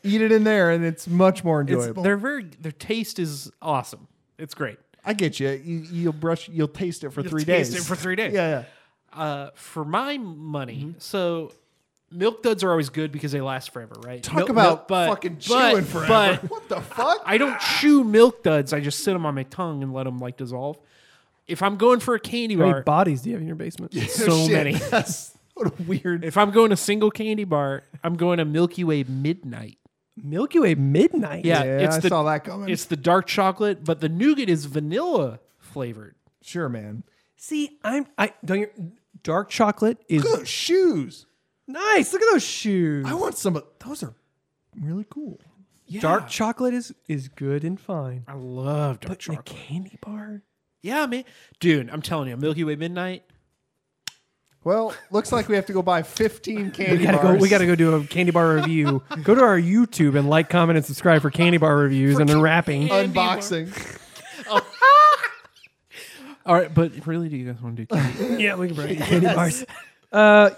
Speaker 3: eat it in there, and it's much more
Speaker 2: It's-
Speaker 3: enjoyable.
Speaker 2: they're very their taste is awesome. It's great.
Speaker 3: I get you. you. You'll brush. You'll taste it for three
Speaker 2: taste
Speaker 3: days.
Speaker 2: it for three days.
Speaker 3: Yeah, yeah.
Speaker 2: Uh, for my money, so milk duds are always good because they last forever, right?
Speaker 3: Talk about fucking chewing forever. (laughs)
Speaker 2: But
Speaker 3: what the fuck?
Speaker 2: I don't chew milk duds. I just sit them on my tongue and let them like dissolve. If I'm going for a candy
Speaker 1: How
Speaker 2: bar,
Speaker 1: many bodies do you have in your basement?
Speaker 2: so
Speaker 3: Shit,
Speaker 2: many.
Speaker 3: (laughs) That's what a weird.
Speaker 2: if I'm going a single candy bar, I'm going to Milky Way Midnight.
Speaker 1: (laughs) Milky Way midnight.
Speaker 2: Yeah,
Speaker 3: yeah,
Speaker 2: it's
Speaker 3: I
Speaker 2: the
Speaker 3: saw that coming.
Speaker 2: it's the dark chocolate, but the nougat is vanilla flavored.
Speaker 3: sure, man.
Speaker 1: See, I'm I don't you dark chocolate is
Speaker 3: Look at those shoes.
Speaker 1: nice. Look at those shoes.
Speaker 3: I want some of those. Are really cool.
Speaker 1: Dark chocolate is is good and fine.
Speaker 2: I love dark
Speaker 1: But in a
Speaker 2: chocolate.
Speaker 1: candy bar?
Speaker 2: Yeah, man, dude, I'm telling you, Milky Way Midnight.
Speaker 3: Well, looks like we have to go buy (laughs) fifteen candy
Speaker 1: We gotta go.
Speaker 3: bars.
Speaker 1: We gotta go do a candy bar (laughs) review. go to our YouTube and like, comment, and subscribe for candy bar reviews and unwrapping.
Speaker 3: unboxing.
Speaker 2: All right, but really, do you guys want to do
Speaker 1: (laughs)
Speaker 2: candy?
Speaker 1: yeah, we can break candy bars. Uh,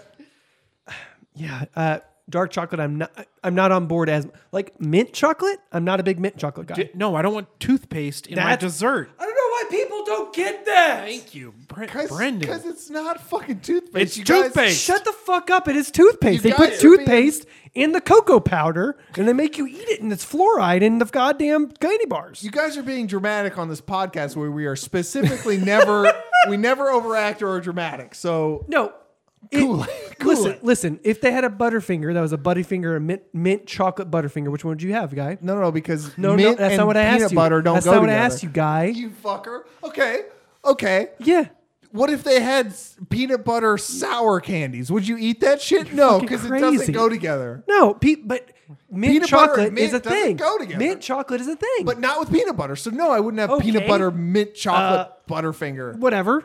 Speaker 1: yeah, uh, dark chocolate. I'm not. I'm not on board as like mint chocolate. I'm not a big mint chocolate guy.
Speaker 2: no, I don't want toothpaste in my
Speaker 1: That's-
Speaker 2: dessert.
Speaker 1: I don't know why people don't get that.
Speaker 2: Thank you, Bre- Brendan.
Speaker 3: Because it's not fucking toothpaste.
Speaker 2: It's
Speaker 3: you guys.
Speaker 2: toothpaste.
Speaker 1: Shut the fuck up! It is toothpaste.
Speaker 3: You
Speaker 1: they put
Speaker 3: guys are being-
Speaker 1: toothpaste in the cocoa powder, and they make you eat it, and it's fluoride in the goddamn candy bars.
Speaker 3: You guys are being dramatic on this podcast where we are specifically (laughs) never we never overact or are dramatic. So
Speaker 1: no, it-
Speaker 3: Cool.
Speaker 1: (laughs)
Speaker 3: Cool.
Speaker 1: Listen, listen. If they had a Butterfinger, that was a Butterfinger, a mint, mint chocolate Butterfinger. Which one would you have, guy?
Speaker 3: no, no, because
Speaker 1: No,
Speaker 3: mint
Speaker 1: no, that's
Speaker 3: and
Speaker 1: not what I
Speaker 3: peanut
Speaker 1: asked you.
Speaker 3: butter don't
Speaker 1: that's
Speaker 3: go
Speaker 1: not what
Speaker 3: together.
Speaker 1: I asked you, guy.
Speaker 3: You fucker. Okay, okay.
Speaker 1: yeah,
Speaker 3: What if they had s- peanut butter sour candies? Would you eat that shit? no,
Speaker 1: fucking
Speaker 3: because it doesn't
Speaker 1: crazy.
Speaker 3: go together.
Speaker 1: no, Pete, but mint
Speaker 3: Peanut butter and
Speaker 1: chocolate
Speaker 3: mint
Speaker 1: is a
Speaker 3: doesn't
Speaker 1: thing.
Speaker 3: go together.
Speaker 1: Mint chocolate is a thing.
Speaker 3: But not with peanut butter. So no, I wouldn't have peanut
Speaker 1: Okay.
Speaker 3: butter mint chocolate butterfinger.
Speaker 1: whatever.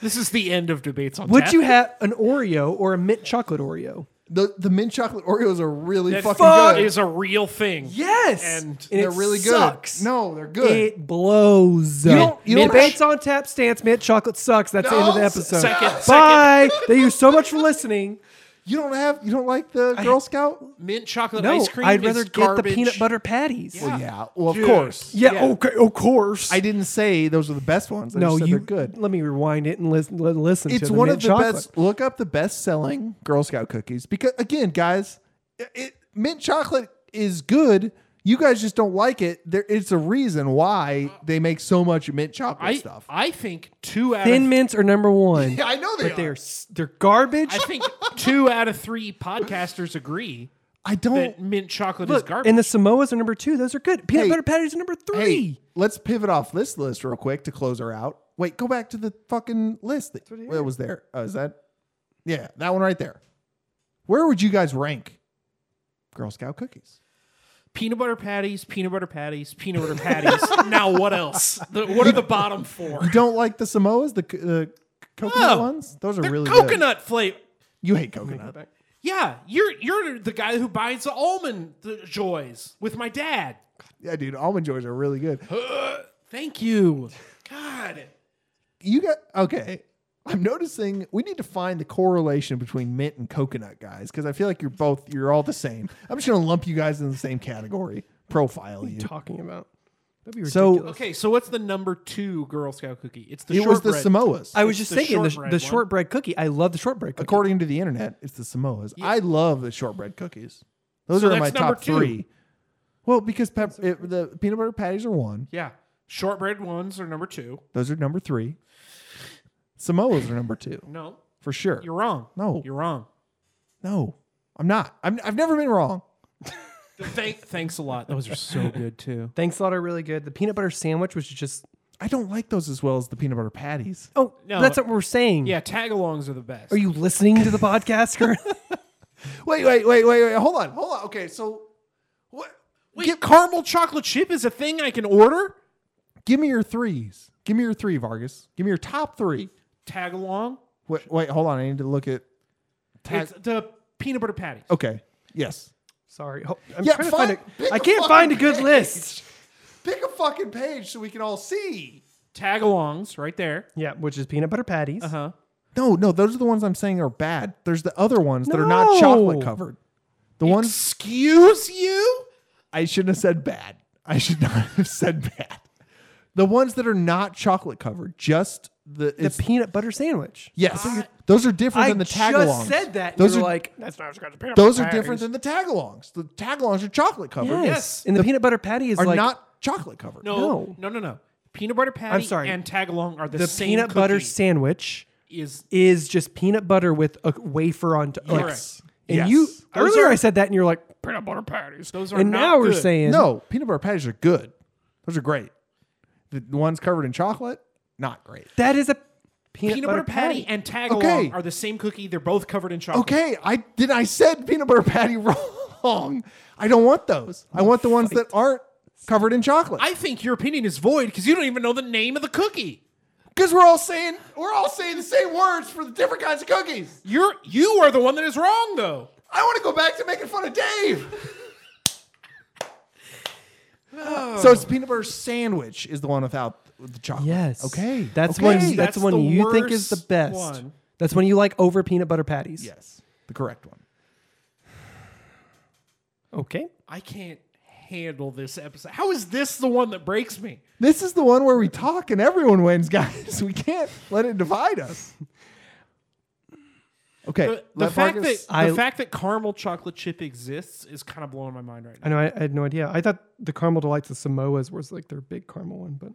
Speaker 2: this is the end of debates on
Speaker 1: Would
Speaker 2: tap.
Speaker 1: you have an Oreo or a mint chocolate Oreo?
Speaker 3: The the mint chocolate Oreos are really
Speaker 2: That
Speaker 3: fucking
Speaker 2: fuck
Speaker 3: good.
Speaker 2: is a real thing.
Speaker 1: Yes,
Speaker 2: And
Speaker 3: they're
Speaker 1: it
Speaker 3: really
Speaker 1: sucks.
Speaker 3: good. No, they're good.
Speaker 1: It blows. You
Speaker 3: don't- you don't-
Speaker 1: Debates on tap stance. Mint chocolate sucks. That's the end of the
Speaker 3: No,
Speaker 1: episode.
Speaker 2: second-
Speaker 1: Bye. Thank you so much for
Speaker 3: (laughs)
Speaker 1: listening.
Speaker 3: you don't have you don't like the Girl Scout?
Speaker 2: mint chocolate
Speaker 1: No,
Speaker 2: ice cream.
Speaker 1: I'd
Speaker 2: is
Speaker 1: rather get
Speaker 2: garbage.
Speaker 1: the peanut butter patties.
Speaker 2: Yeah.
Speaker 3: Yeah, well, of
Speaker 2: Dude.
Speaker 3: course.
Speaker 1: Ah, Yeah,
Speaker 2: Yeah.
Speaker 1: okay, of course.
Speaker 3: I didn't say those are the best ones. I no,
Speaker 1: no,
Speaker 3: just said
Speaker 1: you
Speaker 3: they're good.
Speaker 1: Let me rewind it and listen. li- Listen, to
Speaker 3: It's
Speaker 1: the
Speaker 3: one
Speaker 1: mint
Speaker 3: of the
Speaker 1: chocolate.
Speaker 3: best. Look up the best selling Girl Scout cookies because again, guys, it, it- mint chocolate is good. You guys just don't like it. There, it's a reason why they make so much mint chocolate
Speaker 2: I,
Speaker 3: stuff.
Speaker 2: I think two out
Speaker 1: Thin
Speaker 2: of
Speaker 1: mints are number one.
Speaker 3: I know they
Speaker 1: They're s- they're garbage.
Speaker 2: I think two out of three podcasters agree
Speaker 3: I don't.
Speaker 2: that mint chocolate is
Speaker 1: Look,
Speaker 2: garbage.
Speaker 1: and the Samoas are number two. Those are good. Peanut
Speaker 3: Hey.
Speaker 1: butter patties are number three.
Speaker 3: Hey, let's pivot off this list real quick to close her out. Wait, go back to the fucking list that that was there. Oh, is that? Yeah, that one right there. Where would you guys rank Girl Scout cookies?
Speaker 2: peanut butter patties, peanut butter patties, peanut
Speaker 3: (laughs)
Speaker 2: butter patties. now what else? The, what are the bottom four?
Speaker 3: You don't like the Samoas, the c- the coconut
Speaker 2: No.
Speaker 3: ones? Those are
Speaker 2: They're
Speaker 3: really good.
Speaker 2: coconut flavor.
Speaker 3: You hate coconut.
Speaker 2: Yeah, you're you're the guy who buys the almond the joys with
Speaker 3: (gasps)
Speaker 2: my dad.
Speaker 3: Yeah, dude, almond joys are really good.
Speaker 2: Thank you. God.
Speaker 3: You got okay. I'm noticing we need to find the correlation between mint and coconut guys because I feel like you're both you're all the same. I'm just gonna lump you guys in the same category. Profile you.
Speaker 1: talking about? That'd be
Speaker 3: So-
Speaker 1: ridiculous.
Speaker 2: Okay, so what's the number two Girl Scout cookie? It's the
Speaker 3: It was the
Speaker 2: shortbread.
Speaker 3: Samoas.
Speaker 1: I was
Speaker 2: It's
Speaker 1: just
Speaker 2: the
Speaker 1: thinking the, sh-
Speaker 2: shortbread
Speaker 1: the
Speaker 2: one.
Speaker 1: shortbread cookie. I love the shortbread cookie.
Speaker 3: According to the internet, it's the Samoas. I love the shortbread cookies. Those
Speaker 2: So
Speaker 3: are my
Speaker 2: that's number
Speaker 3: top
Speaker 2: two.
Speaker 3: three. Well, because pep- it, the peanut butter patties are one.
Speaker 2: Yeah, shortbread ones are number two.
Speaker 3: Those are number three. Samoas are number two
Speaker 2: No,
Speaker 3: for sure.
Speaker 2: you're wrong.
Speaker 3: No.
Speaker 2: you're wrong.
Speaker 3: no, I'm not. I'm, I've never been wrong.
Speaker 2: Thank, thanks a lot. Those
Speaker 3: (laughs)
Speaker 2: are so good too.
Speaker 1: Thanks a lot are really good. The peanut butter sandwich was just
Speaker 3: I don't like those as well as the peanut butter patties.
Speaker 1: oh
Speaker 2: No.
Speaker 1: that's what we're saying.
Speaker 2: Yeah, tagalongs are the best.
Speaker 1: Are you listening to the podcast? Kurt?
Speaker 3: Wait, wait, wait, wait, wait. Hold on, hold on. Okay, so what?
Speaker 2: Wait, caramel chocolate chip is a thing I can order.
Speaker 3: Give me your threes. Give me your three, Vargas. Give me your top three.
Speaker 2: Tagalong.
Speaker 3: Wait, wait, hold on. I need to look at. Tag-
Speaker 2: It's the peanut butter patty.
Speaker 3: okay. Yes.
Speaker 1: Sorry, Ho- I'm
Speaker 3: Yeah,
Speaker 1: trying
Speaker 3: find-
Speaker 1: to find
Speaker 3: pick
Speaker 1: a. I
Speaker 3: a
Speaker 1: can't
Speaker 3: fucking
Speaker 1: find a good
Speaker 3: page.
Speaker 1: list.
Speaker 3: Pick a fucking page so we can all see.
Speaker 2: Tagalongs right there.
Speaker 1: Yeah, which is peanut butter patties.
Speaker 2: Uh huh.
Speaker 3: No, no, those are the ones I'm saying are bad. There's the other ones that are not chocolate
Speaker 1: No.
Speaker 3: covered. The ones
Speaker 2: Excuse you?
Speaker 3: I shouldn't have said bad. I should not (laughs) have said bad. The ones that are not chocolate covered, just the,
Speaker 1: The
Speaker 3: it's,
Speaker 1: peanut butter sandwich.
Speaker 3: yes, those are different
Speaker 1: I
Speaker 3: than the
Speaker 1: just
Speaker 3: tagalongs.
Speaker 1: said that. and
Speaker 3: Those
Speaker 1: you
Speaker 3: are
Speaker 1: were like that's not peanut butter.
Speaker 3: those are
Speaker 1: patties."
Speaker 3: different than the tagalongs. The tagalongs are chocolate covered.
Speaker 1: Yes.
Speaker 2: Yes.
Speaker 1: and the, peanut butter patty is
Speaker 3: are
Speaker 1: like
Speaker 3: not chocolate covered.
Speaker 2: No, no, no, no. Peanut butter patty
Speaker 1: I'm sorry.
Speaker 2: and tagalong are the,
Speaker 1: the
Speaker 2: same.
Speaker 1: peanut butter
Speaker 2: cookie
Speaker 1: sandwich
Speaker 2: is
Speaker 1: is just peanut butter with a wafer on top. Like,
Speaker 2: Correct.
Speaker 1: and
Speaker 3: Yes.
Speaker 1: you
Speaker 3: Those
Speaker 1: earlier
Speaker 3: are-
Speaker 1: I said that, and you're like,
Speaker 2: peanut butter patties. Those are
Speaker 1: and
Speaker 2: not
Speaker 1: now we're
Speaker 2: good.
Speaker 1: saying
Speaker 3: no, peanut butter patties are good. Those are great. The the ones covered in chocolate, not great.
Speaker 1: that is a peanut,
Speaker 2: peanut, butter, patty, and tagalong
Speaker 3: Okay.
Speaker 2: are the same cookie. They're both covered in chocolate.
Speaker 3: Okay, I did. I said peanut butter patty (laughs) wrong. I don't want those. I want the ones that aren't covered in chocolate.
Speaker 2: I think your opinion is void because you don't even know the name of the cookie.
Speaker 3: Because we're all saying we're all saying the same words for the different kinds of cookies.
Speaker 2: You're you are the one that is wrong though.
Speaker 3: I want to go back to making fun of Dave. So it's peanut butter sandwich is the one without the chocolate.
Speaker 1: Yes.
Speaker 3: Okay.
Speaker 1: That's
Speaker 3: okay.
Speaker 1: one. That's,
Speaker 2: That's
Speaker 1: one
Speaker 2: the
Speaker 1: you think is the
Speaker 2: worst
Speaker 1: best.
Speaker 2: one.
Speaker 1: That's one you like over peanut butter patties.
Speaker 3: yes, the correct one.
Speaker 1: Okay.
Speaker 2: I can't handle this episode. How is this the one that breaks me?
Speaker 3: This is the one where we talk and everyone wins, (laughs) guys. We can't let it divide us. Okay.
Speaker 2: The, the
Speaker 3: let
Speaker 2: fact
Speaker 3: Marcus-
Speaker 2: that
Speaker 1: I-
Speaker 2: the fact that caramel chocolate chip exists is kind of blowing my mind right now.
Speaker 1: I know. I, I had no idea. I thought the caramel delights of Samoa's was like their big caramel one, but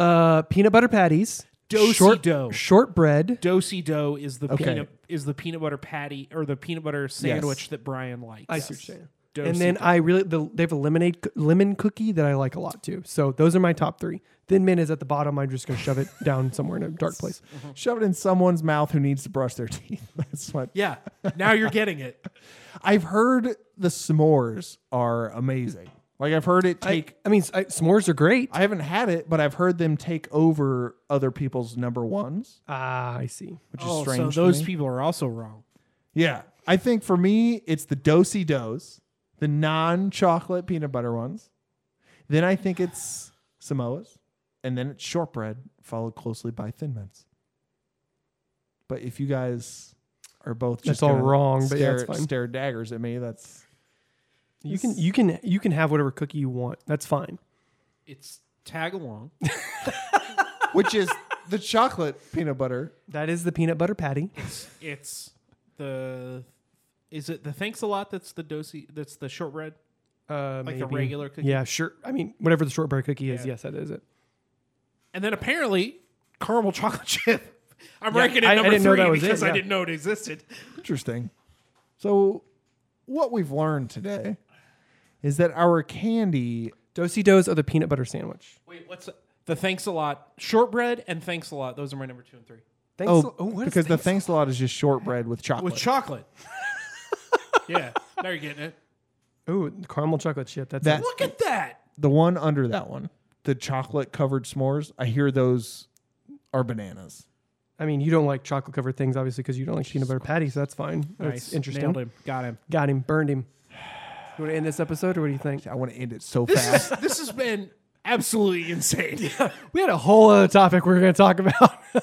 Speaker 1: uh, peanut butter patties,
Speaker 2: Dosey
Speaker 1: short
Speaker 2: dough.
Speaker 1: shortbread.
Speaker 2: Dosey dough is the
Speaker 3: Okay.
Speaker 2: peanut is the peanut butter patty or the peanut butter sandwich that Brian likes.
Speaker 1: I see what you're saying.
Speaker 2: Dosey
Speaker 1: and then
Speaker 2: dough.
Speaker 1: I really the, they have a lemonade co- lemon cookie that I like a lot too. So those are my top three. Thin Mint is at the bottom. I'm just gonna shove (laughs) it down somewhere in a dark place.
Speaker 3: shove it in someone's mouth who needs to brush their (laughs) teeth. That's what
Speaker 2: yeah, now you're
Speaker 1: (laughs)
Speaker 2: getting it.
Speaker 3: I've heard. The s'mores are amazing. Like I've heard it
Speaker 1: I,
Speaker 3: take.
Speaker 1: I mean, s- I, s'mores are great.
Speaker 3: I, haven't had it, but I've heard them take over other people's number ones,
Speaker 1: Ah, I see.
Speaker 3: which is
Speaker 2: Oh, so
Speaker 3: strange. to
Speaker 2: those
Speaker 3: me.
Speaker 2: people are also wrong.
Speaker 3: yeah. I think for me, it's the dosey dos, the non-chocolate peanut butter ones. Then I think it's Samoa's, and then it's shortbread, followed closely by Thin Mints. But if you guys are both just
Speaker 1: That's all
Speaker 3: gonna
Speaker 1: wrong, but yeah,
Speaker 3: stare,
Speaker 1: it's fine.
Speaker 3: stare daggers at me, that's
Speaker 1: You can you can you can have whatever cookie you want. That's fine.
Speaker 2: It's
Speaker 1: (laughs)
Speaker 2: tag along.
Speaker 3: (laughs) which is the chocolate peanut butter.
Speaker 1: That is the peanut butter patty.
Speaker 2: It's, it's the is it the thanks a lot that's the dosey that's the shortbread
Speaker 1: Uh,
Speaker 2: like
Speaker 1: maybe.
Speaker 2: the regular cookie.
Speaker 1: Yeah, sure. I mean, whatever the shortbread cookie is, yes, that is it.
Speaker 2: And then apparently caramel chocolate (laughs) chip. I'm ranking it
Speaker 1: I- I
Speaker 2: number
Speaker 1: didn't know
Speaker 2: three
Speaker 1: that was it,
Speaker 2: because I
Speaker 1: yeah.
Speaker 2: didn't know it existed.
Speaker 3: Interesting. So, what we've learned today is that our candy,
Speaker 1: Dosey Do's are the peanut butter sandwich.
Speaker 2: Wait, what's the, the thanks a lot shortbread and thanks a lot? Those are my number two and three
Speaker 1: Thanks.
Speaker 3: oh,
Speaker 1: what is
Speaker 3: because the
Speaker 1: thanks-
Speaker 3: thanks a lot is just shortbread with chocolate.
Speaker 2: with chocolate. (laughs) yeah, now you're getting it.
Speaker 1: Ooh, caramel chocolate chip. That's
Speaker 3: That-
Speaker 1: it.
Speaker 2: Look at that.
Speaker 3: the one under that one, the chocolate covered s'mores. I hear those are bananas.
Speaker 1: I mean, you don't like chocolate covered things, obviously, because you don't like peanut butter patties. So that's fine. That's
Speaker 2: Nice.
Speaker 1: interesting.
Speaker 2: Nailed him. Got him.
Speaker 1: Got him. Burned him. You want to end this episode, or what do you think?
Speaker 3: I want to end it so
Speaker 2: This,
Speaker 3: fast. (laughs)
Speaker 2: is, this has been absolutely (laughs) insane.
Speaker 1: We had a whole other topic we were going to talk about. (laughs) do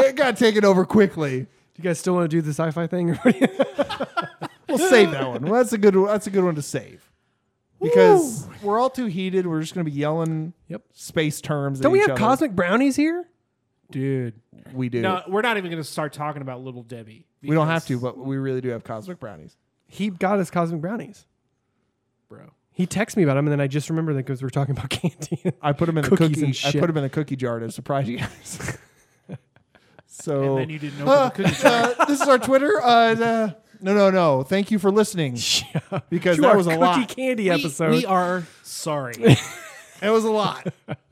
Speaker 3: it got taken over quickly.
Speaker 1: you guys still want to do the sci-fi thing? or what (laughs) do you-
Speaker 3: We'll save that one. Well, that's a good. One. That's a good one to save because we're all too heated. We're just gonna be yelling
Speaker 1: Yep.
Speaker 3: space terms.
Speaker 1: don't
Speaker 3: at
Speaker 1: we
Speaker 3: each
Speaker 1: have
Speaker 3: other.
Speaker 1: cosmic brownies here?
Speaker 2: Dude.
Speaker 3: We do.
Speaker 2: No, we're not even going to start talking about Little Debbie.
Speaker 3: we don't
Speaker 2: because-
Speaker 3: have to, but we really do have cosmic brownies.
Speaker 1: He got us cosmic brownies.
Speaker 2: Bro.
Speaker 1: He texted me about them, and then I just remembered that because we were talking about (laughs) candy.
Speaker 3: I put them in the
Speaker 1: Cookies
Speaker 3: cookie.
Speaker 1: and
Speaker 3: I
Speaker 1: shit.
Speaker 3: put them in the cookie jar to surprise you guys. (laughs) so
Speaker 2: And then you didn't know
Speaker 3: Uh, (laughs)
Speaker 2: the cookie jar.
Speaker 3: uh, this is our Twitter. Uh, uh, no, no, no. Thank you for listening because
Speaker 1: To
Speaker 3: that
Speaker 1: our
Speaker 3: was a
Speaker 1: (laughs) cookie
Speaker 3: lot.
Speaker 1: candy
Speaker 2: We-
Speaker 1: episode.
Speaker 2: We are sorry.
Speaker 3: (laughs) It was
Speaker 1: (laughs)
Speaker 3: a lot.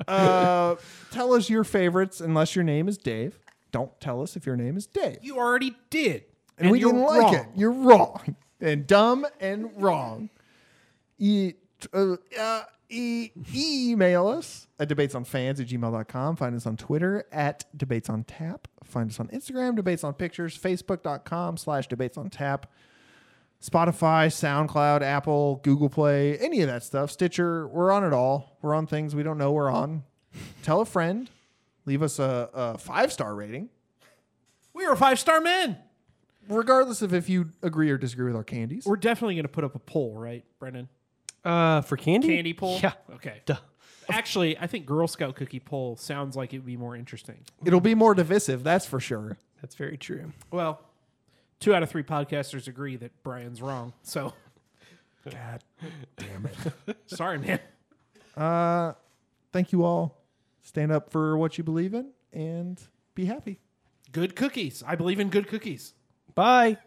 Speaker 3: Uh, tell us your favorites, unless your name is Dave. Don't tell us if your name is Dave.
Speaker 2: you already did.
Speaker 3: and, we
Speaker 2: you're
Speaker 3: didn't like
Speaker 2: wrong.
Speaker 3: it. You're wrong (laughs) and dumb and wrong. E, uh, uh, e, email us at debatesonfans at gmail.com. Find us on Twitter at debates on tap. Find us on Instagram, debates on pictures, facebook.com slash debates on tap. Spotify, SoundCloud, Apple, Google Play, any of that stuff. Stitcher, we're on it all. We're on things we don't know we're on. Tell a friend. Leave us a, a five star rating
Speaker 2: We are five star men.
Speaker 3: regardless of if you agree or disagree with our candies.
Speaker 2: We're definitely going to put up a poll, right, Brennan?
Speaker 1: uh, for candy?
Speaker 2: Candy poll?
Speaker 1: Yeah.
Speaker 2: Okay.
Speaker 1: Duh.
Speaker 2: Actually, I think Girl Scout cookie poll sounds like it would be more interesting.
Speaker 3: It'll be more divisive, that's for sure.
Speaker 1: That's very true.
Speaker 2: Well, two out of three podcasters agree that Brian's wrong. So, (laughs)
Speaker 3: God.
Speaker 2: sorry, man.
Speaker 3: Uh, thank you all. Stand up for what you believe in and be happy.
Speaker 2: Good cookies. I believe in good cookies.
Speaker 1: Bye.